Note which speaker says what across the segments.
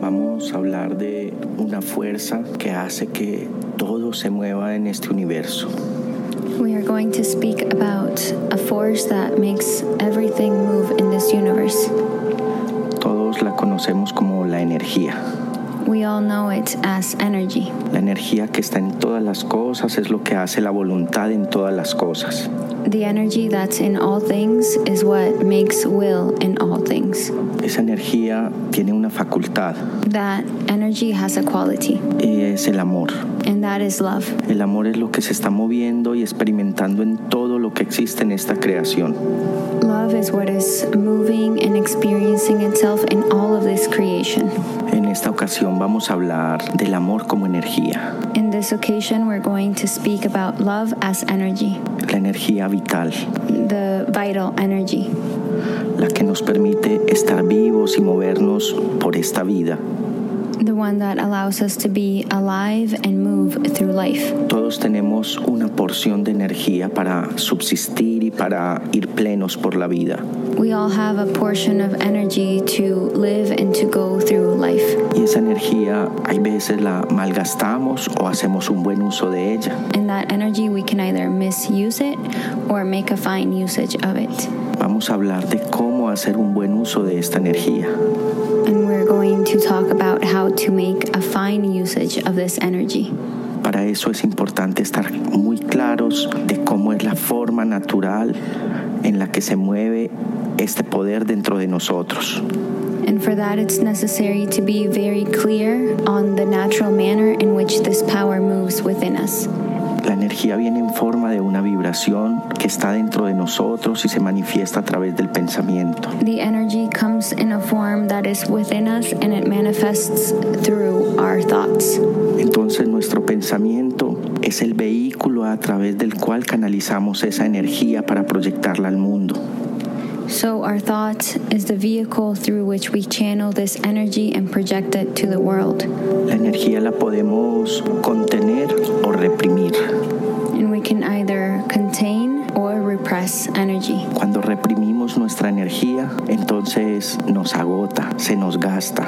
Speaker 1: podemos hablar de una fuerza que hace que todo se mueva en este universo.
Speaker 2: We are going to speak about a force that makes everything move in this universe.
Speaker 1: Todos la conocemos como la energía.
Speaker 2: We all know it as energy.
Speaker 1: La energía que está en todas las cosas es lo que hace la voluntad en todas las cosas.
Speaker 2: The energy that's in all things is what makes will in all things.
Speaker 1: Esa energía tiene una facultad
Speaker 2: That energy has a quality,
Speaker 1: y es el amor.
Speaker 2: and that is love.
Speaker 1: El amor es lo que se está moviendo y experimentando en todo lo que existe en esta creación.
Speaker 2: Love is what is moving and experiencing itself in all of this creation.
Speaker 1: En esta ocasión vamos a hablar del amor como energía,
Speaker 2: In this occasion, we're going to speak about love as energy,
Speaker 1: la energía vital,
Speaker 2: the vital energy,
Speaker 1: la que nos permite estar vivos y movernos por esta vida.
Speaker 2: the one that allows us to be alive and move through life.
Speaker 1: Todos tenemos una porción de energía para subsistir y para ir plenos por la vida.
Speaker 2: We all have a portion of energy to live and to go through life.
Speaker 1: Y esa energía hay veces la malgastamos o hacemos un buen uso de ella.
Speaker 2: And that energy, we can either misuse it or make a fine usage of it.
Speaker 1: Vamos a hablar de cómo hacer un buen uso de esta energía.
Speaker 2: And we're going to talk about how to make a fine usage of this energy.
Speaker 1: Para eso es importante estar muy claros de cómo es la forma natural en la que se mueve este poder dentro de nosotros.
Speaker 2: And for that, it's necessary to be very clear on the natural manner in which this power moves within us.
Speaker 1: La energía viene en forma de una vibración que está dentro de nosotros y se manifiesta a través del pensamiento.
Speaker 2: The energy comes in a form that is within us and it manifests through our thoughts.
Speaker 1: Entonces nuestro pensamiento es el vehículo a través del cual canalizamos esa energía para proyectarla al mundo.
Speaker 2: So, our thought is the vehicle through which we channel this energy and project it to the world.
Speaker 1: La energía la podemos contener o reprimir.
Speaker 2: And we can either contain or repress energy.
Speaker 1: Cuando reprimimos nuestra energía, entonces nos agota, se nos gasta.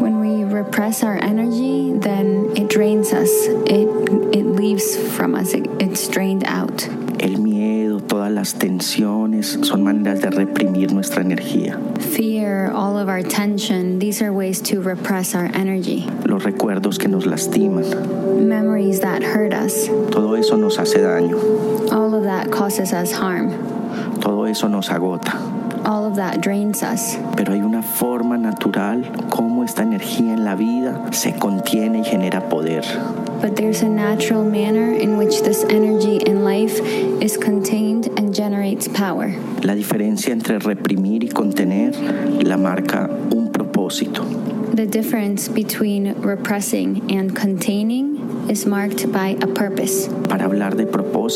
Speaker 2: When we repress our energy, then it drains us. It it leaves from us. It, it's drained out.
Speaker 1: El miedo, todas las tensiones son maneras de reprimir nuestra energía.
Speaker 2: Fear, all of our tension, these are ways to repress our energy.
Speaker 1: Los recuerdos que nos lastiman,
Speaker 2: Memories that hurt us,
Speaker 1: todo eso nos hace daño,
Speaker 2: all of that causes us harm.
Speaker 1: todo eso nos agota.
Speaker 2: All of that drains us.
Speaker 1: Pero hay una forma natural cómo esta energía en la vida se contiene y genera poder.
Speaker 2: But there's a natural manner in which this energy in life is contained and generates power.
Speaker 1: La diferencia entre reprimir y contener la marca un propósito.
Speaker 2: The difference between repressing and containing is marked by a purpose.
Speaker 1: Para hablar de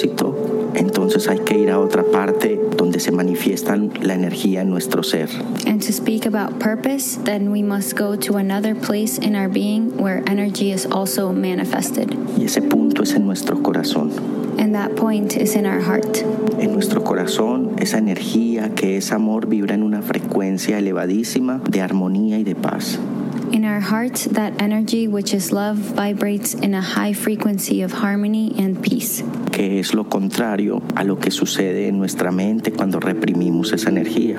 Speaker 1: propósito, entonces hay que ir a otra parte donde se manifiesta la energía en nuestro ser.
Speaker 2: And to speak about purpose, then we must go to another place in our being where energy is also manifested.
Speaker 1: Y ese punto es en nuestro corazón.
Speaker 2: And that point is in our heart.
Speaker 1: En nuestro corazón, esa energía que es amor vibra en una frecuencia elevadísima de armonía y de paz.
Speaker 2: In our heart, that energy which is love vibrates in a high frequency of harmony and peace,
Speaker 1: que es lo contrario a lo que sucede en nuestra mente cuando reprimimos esa energía.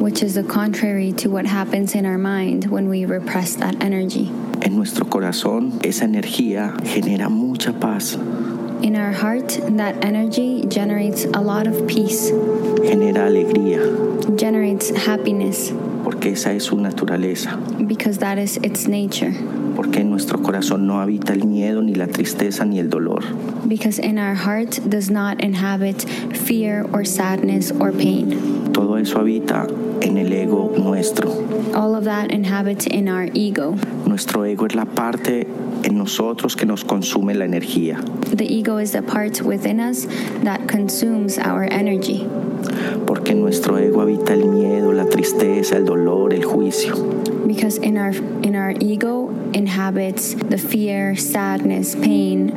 Speaker 2: which is the contrary to what happens in our mind when we repress that energy.
Speaker 1: En nuestro corazón esa energía genera mucha paz,
Speaker 2: In our heart, that energy generates a lot of peace,
Speaker 1: genera alegría,
Speaker 2: generates happiness,
Speaker 1: porque esa es su naturaleza,
Speaker 2: because that is its nature.
Speaker 1: porque en nuestro corazón no habita el miedo, ni la tristeza, ni el dolor.
Speaker 2: because in our heart does not inhabit fear or sadness or pain.
Speaker 1: Todo eso habita en el ego nuestro.
Speaker 2: All of that inhabits in our ego.
Speaker 1: Nuestro ego es la parte en nosotros que nos consume la energía.
Speaker 2: The ego is the part within us that consumes our energy
Speaker 1: Porque en nuestro ego habita el miedo, la tristeza, el dolor, el juicio.
Speaker 2: because in our in our ego inhabits the fear, sadness, pain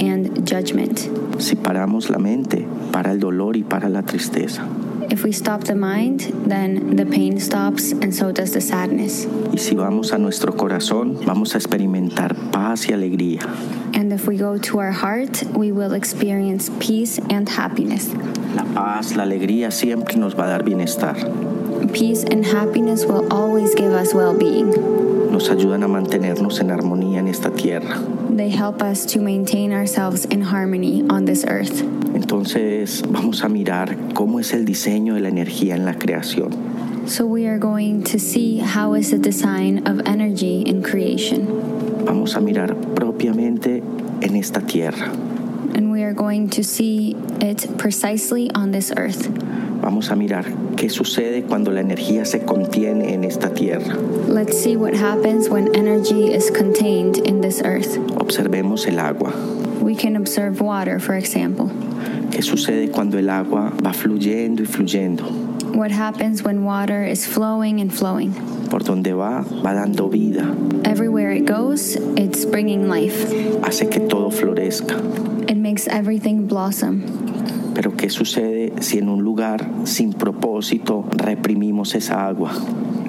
Speaker 2: and judgment.
Speaker 1: Si paramos la mente para el dolor y para la tristeza.
Speaker 2: If we stop the mind, then the pain stops and so does the sadness.
Speaker 1: Y si vamos a nuestro corazón, vamos a experimentar paz y alegría.
Speaker 2: And if we go to our heart, we will experience peace and happiness.
Speaker 1: La paz, la alegría siempre nos va a dar bienestar.
Speaker 2: Peace and happiness will always give us well being.
Speaker 1: Nos ayudan a mantenernos en armonía en esta tierra.
Speaker 2: They help us to maintain ourselves in harmony on this earth.
Speaker 1: Entonces vamos a mirar cómo es el diseño de la energía en la creación.
Speaker 2: So we are going to see how is the design of energy in creation.
Speaker 1: Vamos a mirar propiamente en esta tierra.
Speaker 2: And we are going to see it precisely on this earth.
Speaker 1: Vamos a mirar qué sucede cuando la energía se contiene en esta tierra.
Speaker 2: Let's see what happens when energy is contained in this earth.
Speaker 1: Observemos el agua.
Speaker 2: We can observe water, for example.
Speaker 1: ¿Qué sucede cuando el agua va fluyendo y fluyendo?
Speaker 2: What happens when water is flowing and flowing?
Speaker 1: Por donde va, va dando vida.
Speaker 2: Everywhere it goes, it's bringing life.
Speaker 1: Hace que todo florezca.
Speaker 2: It makes everything blossom.
Speaker 1: Pero ¿qué sucede si en un lugar sin propósito reprimimos esa agua?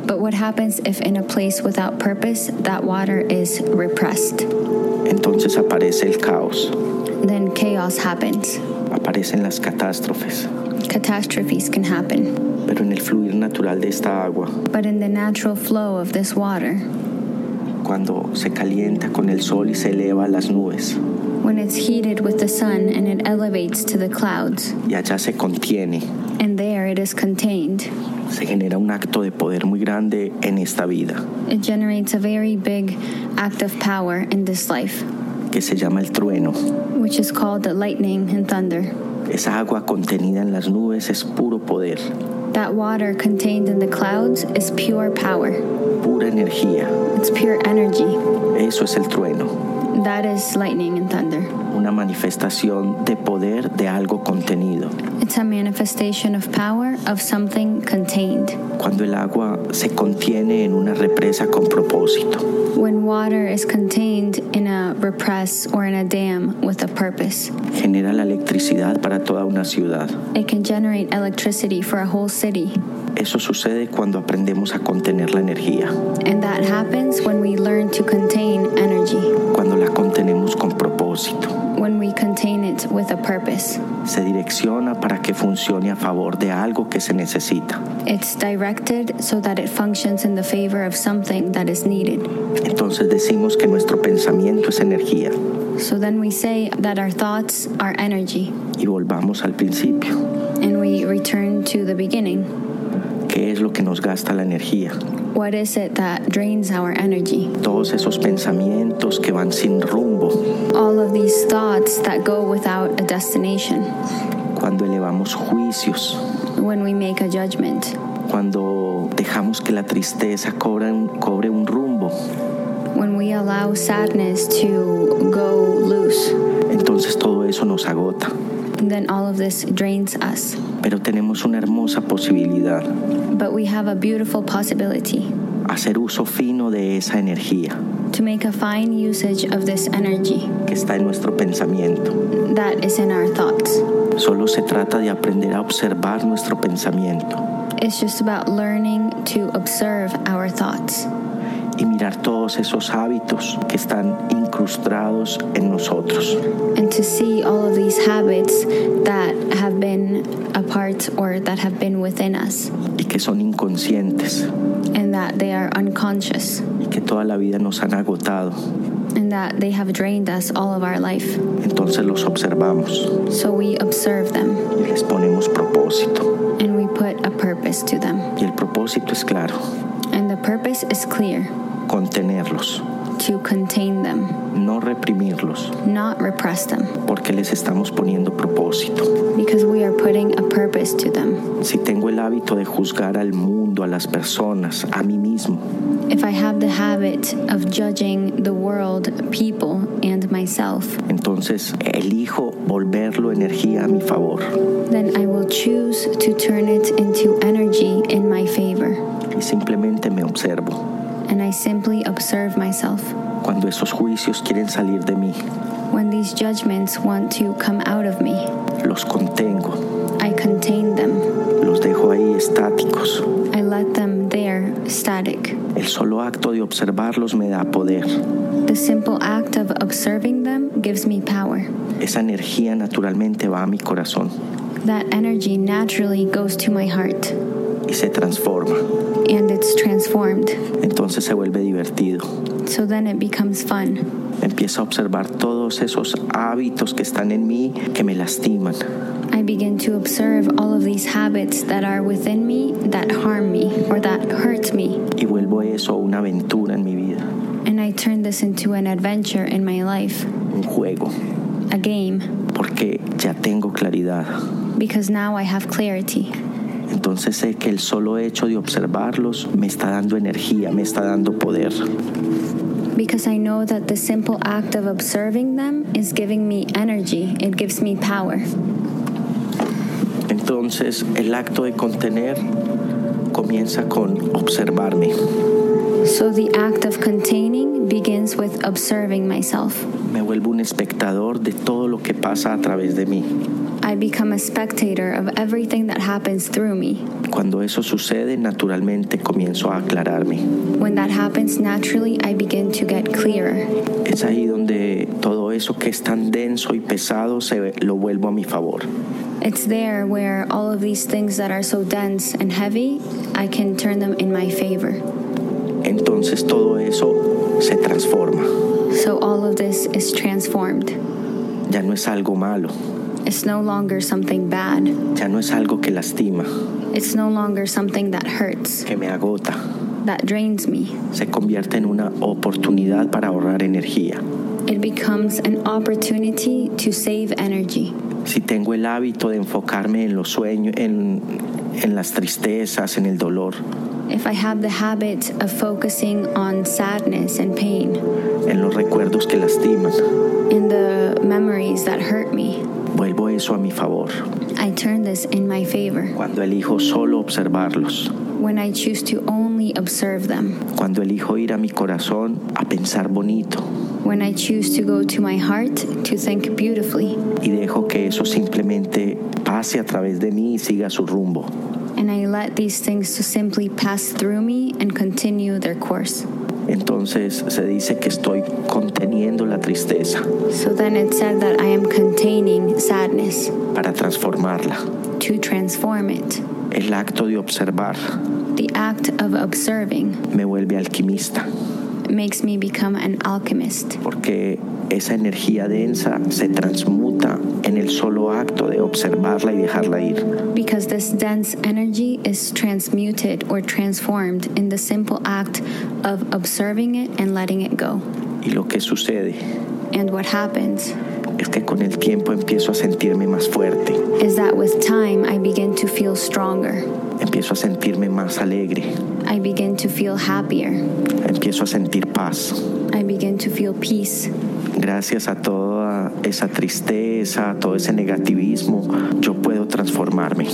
Speaker 2: But what happens if in a place without purpose, that water is repressed?
Speaker 1: Entonces aparece el caos,
Speaker 2: Then chaos happens.
Speaker 1: aparecen las catástrofes.
Speaker 2: Catastrophes can happen.
Speaker 1: Pero en el fluir natural de esta agua,
Speaker 2: But in the natural flow of this water,
Speaker 1: cuando se calienta con el sol y se eleva a las nubes,
Speaker 2: when it's heated with the sun and it elevates to the clouds,
Speaker 1: y allá se contiene,
Speaker 2: and there it is contained,
Speaker 1: se genera un acto de poder muy grande en esta vida,
Speaker 2: it generates a very big act of power in this life,
Speaker 1: que se llama el trueno.
Speaker 2: which is called the lightning and thunder.
Speaker 1: Esa agua contenida en las nubes es puro poder,
Speaker 2: That water contained in the clouds is pure power,
Speaker 1: pura energía.
Speaker 2: it's pure energy.
Speaker 1: Eso es el trueno,
Speaker 2: That is lightning and thunder.
Speaker 1: una manifestación de poder de algo contenido.
Speaker 2: It's a manifestation of power of something contained.
Speaker 1: Cuando el agua se contiene en una represa con propósito,
Speaker 2: When water is contained in a repress or in a dam with a purpose,
Speaker 1: genera la electricidad para toda una ciudad.
Speaker 2: it can generate electricity for a whole city.
Speaker 1: Eso sucede cuando aprendemos a contener la energía,
Speaker 2: And that happens when we learn to contain energy,
Speaker 1: cuando la contenemos con propósito.
Speaker 2: when we contain it with a purpose.
Speaker 1: Se direcciona para que funcione a favor de algo que se necesita.
Speaker 2: It's directed so that it functions in the favor of something that is needed.
Speaker 1: Entonces decimos que nuestro pensamiento es energía
Speaker 2: So then we say that our thoughts are energy,
Speaker 1: y volvamos al principio.
Speaker 2: and we return to the beginning.
Speaker 1: ¿Qué es lo que nos gasta la energía?
Speaker 2: What is it that drains our energy?
Speaker 1: Todos esos pensamientos que van sin rumbo,
Speaker 2: All of these thoughts that go without a destination.
Speaker 1: cuando elevamos juicios,
Speaker 2: When we make a judgment,
Speaker 1: cuando dejamos que la tristeza cobra un- cobre un rumbo,
Speaker 2: when we allow sadness to go loose,
Speaker 1: entonces todo eso nos agota.
Speaker 2: then all of this drains us.
Speaker 1: Pero tenemos una hermosa posibilidad,
Speaker 2: But we have a beautiful possibility
Speaker 1: hacer uso fino de esa energía
Speaker 2: to make a fine usage of this energy
Speaker 1: que está en nuestro pensamiento.
Speaker 2: that is in our thoughts.
Speaker 1: Solo se trata de aprender a observar nuestro pensamiento
Speaker 2: It's just about learning to observe our thoughts
Speaker 1: y mirar todos esos hábitos que están incrustados en nosotros.
Speaker 2: and to see all of these habits that have been a part or that have been within us.
Speaker 1: y que son inconscientes
Speaker 2: and that they are unconscious
Speaker 1: y que toda la vida nos han agotado.
Speaker 2: and that they have drained us all of our life.
Speaker 1: Entonces los observamos
Speaker 2: So we observe them
Speaker 1: y les ponemos propósito.
Speaker 2: and we put a purpose to them.
Speaker 1: Y el propósito es claro,
Speaker 2: And the purpose is clear
Speaker 1: contenerlos,
Speaker 2: to contain them,
Speaker 1: no reprimirlos,
Speaker 2: not repress them,
Speaker 1: porque les estamos poniendo propósito.
Speaker 2: because we are putting a purpose to them.
Speaker 1: Si tengo el hábito de juzgar al mundo, a las personas, a mí mismo,
Speaker 2: If I have the habit of judging the world, people, and myself,
Speaker 1: entonces elijo volverlo energía a mi favor
Speaker 2: then I will choose to turn it into energy in my favor.
Speaker 1: y simplemente me observo.
Speaker 2: And I simply observe myself.
Speaker 1: Cuando esos juicios quieren salir de mí,
Speaker 2: When these judgments want to come out of me,
Speaker 1: los contengo,
Speaker 2: I contain them.
Speaker 1: los dejo ahí estáticos.
Speaker 2: I let them there, static.
Speaker 1: El solo acto de observarlos me da poder.
Speaker 2: The simple act of observing them gives me power.
Speaker 1: Esa energía naturalmente va a mi corazón
Speaker 2: That energy naturally goes to my heart
Speaker 1: y se transforma.
Speaker 2: and it's transformed.
Speaker 1: Entonces se vuelve divertido.
Speaker 2: So then it becomes fun.
Speaker 1: Empiezo a observar todos esos hábitos que están en mí que me lastiman.
Speaker 2: I begin to observe all of these habits that are within me that harm me or that hurt me.
Speaker 1: Y vuelvo eso una aventura en mi vida,
Speaker 2: And I turn this into an adventure in my life,
Speaker 1: un juego,
Speaker 2: a game,
Speaker 1: porque ya tengo claridad.
Speaker 2: because now I have clarity.
Speaker 1: Entonces sé que el solo hecho de observarlos me está dando energía, me está dando poder.
Speaker 2: Because I know that the simple act of observing them is giving me energy, it gives me power.
Speaker 1: Entonces el acto de contener comienza con observarme.
Speaker 2: So the act of containing begins with observing myself.
Speaker 1: Me vuelvo un espectador de todo lo que pasa a través de mí.
Speaker 2: I become a spectator of everything that happens through me.
Speaker 1: Cuando eso sucede, naturalmente comienzo a aclararme.
Speaker 2: When that happens naturally, I begin to get clearer.
Speaker 1: Es ahí donde todo eso que es tan denso y pesado se ve- lo vuelvo a mi favor.
Speaker 2: It's there where all of these things that are so dense and heavy, I can turn them in my favor.
Speaker 1: Entonces todo eso se transforma.
Speaker 2: So all of this is transformed.
Speaker 1: Ya no es algo malo,
Speaker 2: It's no longer something bad.
Speaker 1: ya no es algo que lastima,
Speaker 2: It's no longer something that hurts,
Speaker 1: que me agota.
Speaker 2: that drains me.
Speaker 1: Se convierte en una oportunidad para ahorrar energía.
Speaker 2: It becomes an opportunity to save energy.
Speaker 1: Si tengo el hábito de enfocarme en los sueños, en, en las tristezas, en el dolor,
Speaker 2: If I have the habit of focusing on sadness and pain
Speaker 1: en los recuerdos que lastiman,
Speaker 2: and the memories that hurt me,
Speaker 1: vuelvo eso a mi favor.
Speaker 2: I turn this in my favor
Speaker 1: Cuando elijo solo observarlos,
Speaker 2: when I choose to only observe them,
Speaker 1: cuando elijo ir a mi corazón a pensar bonito
Speaker 2: when I choose to go to my heart to think beautifully,
Speaker 1: y dejo que eso simplemente pase a través de mí y siga su rumbo.
Speaker 2: and I let these things to simply pass through me and continue their course.
Speaker 1: Entonces se dice que estoy conteniendo la tristeza
Speaker 2: So then it said that I am containing sadness
Speaker 1: para transformarla.
Speaker 2: to transform it.
Speaker 1: El acto de observar
Speaker 2: The act of observing
Speaker 1: me vuelve alquimista
Speaker 2: makes me become an alchemist.
Speaker 1: porque esa energía densa se transmuta en el solo acto de observarla y dejarla ir.
Speaker 2: Because this dense energy is transmuted or transformed in the simple act of observing it and letting it go.
Speaker 1: Y lo que sucede
Speaker 2: And what happens
Speaker 1: es que con el tiempo empiezo a sentirme más fuerte,
Speaker 2: is that with time, I begin to feel stronger.
Speaker 1: empiezo a sentirme más alegre,
Speaker 2: I begin to feel happier.
Speaker 1: empiezo a sentir paz.
Speaker 2: I begin to feel peace.
Speaker 1: Gracias a toda esa tristeza, a todo ese negativismo, yo puedo transformarme.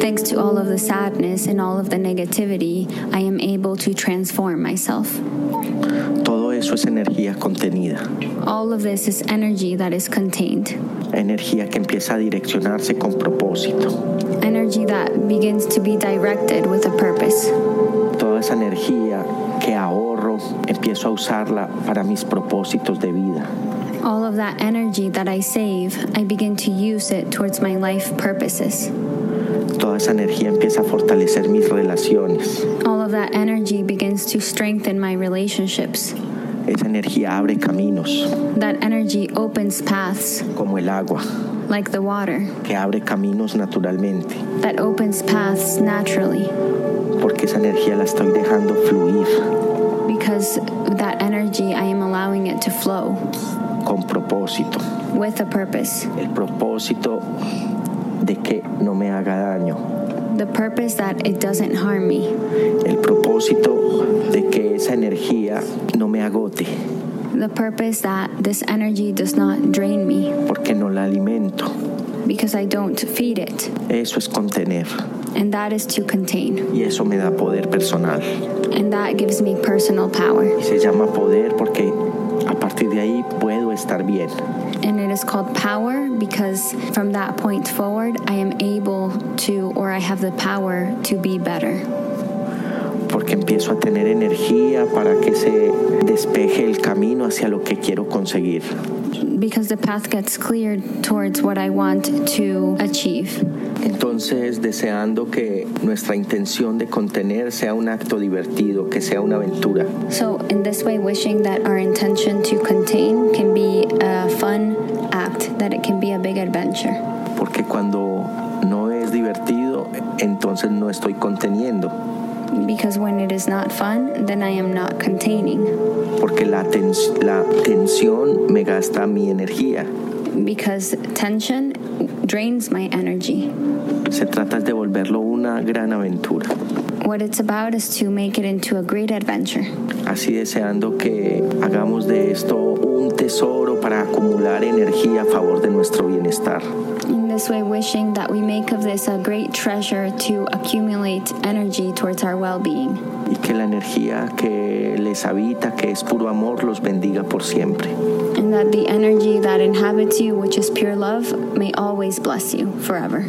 Speaker 2: Thanks to all of the sadness and all of the negativity, I am able to transform myself.
Speaker 1: Todo eso es energía contenida,
Speaker 2: All of this is energy that is contained,
Speaker 1: energía que empieza a direccionarse con propósito.
Speaker 2: energy that begins to be directed with a purpose.
Speaker 1: Toda esa energía que ahorro, empiezo a usarla para mis propósitos de vida.
Speaker 2: All of that energy that I save, I begin to use it towards my life purposes.
Speaker 1: Toda esa energía empieza a fortalecer mis relaciones.
Speaker 2: All of that energy begins to strengthen my relationships.
Speaker 1: Esa energía abre caminos,
Speaker 2: That energy opens paths,
Speaker 1: como el agua,
Speaker 2: like the water,
Speaker 1: que abre caminos naturalmente,
Speaker 2: that opens paths naturally,
Speaker 1: porque esa energía la estoy dejando fluir
Speaker 2: because that energy I am allowing it to flow
Speaker 1: con propósito.
Speaker 2: with a purpose.
Speaker 1: El propósito de que no me haga daño,
Speaker 2: The purpose that it doesn't harm me,
Speaker 1: el propósito de que esa energía no me agote,
Speaker 2: the purpose that this energy does not drain me,
Speaker 1: porque no la alimento.
Speaker 2: because I don't feed it,
Speaker 1: Eso es contener
Speaker 2: and that is to contain.
Speaker 1: y eso me da poder personal.
Speaker 2: and that gives me personal power.
Speaker 1: Y se llama poder porque a partir de ahí puedo puedo estar bien.
Speaker 2: And it is called power because from that point forward, I am able to, or I have the power to be better.
Speaker 1: porque empiezo a tener energía para que se despeje el camino hacia lo que quiero conseguir.
Speaker 2: Because the path gets cleared towards what I want to achieve.
Speaker 1: Entonces, deseando que nuestra intención de contener sea un acto divertido, que sea una aventura.
Speaker 2: So, in this way, wishing that our intention to contain can be a fun act, that it can be a big adventure.
Speaker 1: Porque cuando no es divertido, entonces no estoy conteniendo.
Speaker 2: Because when it is not fun, then I am not containing.
Speaker 1: Porque la, tens- la tensión me gasta mi energía.
Speaker 2: Because tension drains my energy.
Speaker 1: Se trata de volverlo una gran aventura.
Speaker 2: What it's about is to make it into a great adventure.
Speaker 1: Así deseando que hagamos de esto un tesoro para acumular energía a favor de nuestro bienestar.
Speaker 2: In this way, wishing that we make of this a great treasure to accumulate energy towards our well being.
Speaker 1: Y que la energía que les habita, que es puro amor, los bendiga por siempre.
Speaker 2: And that the energy that inhabits you, which is pure love, may always bless you forever.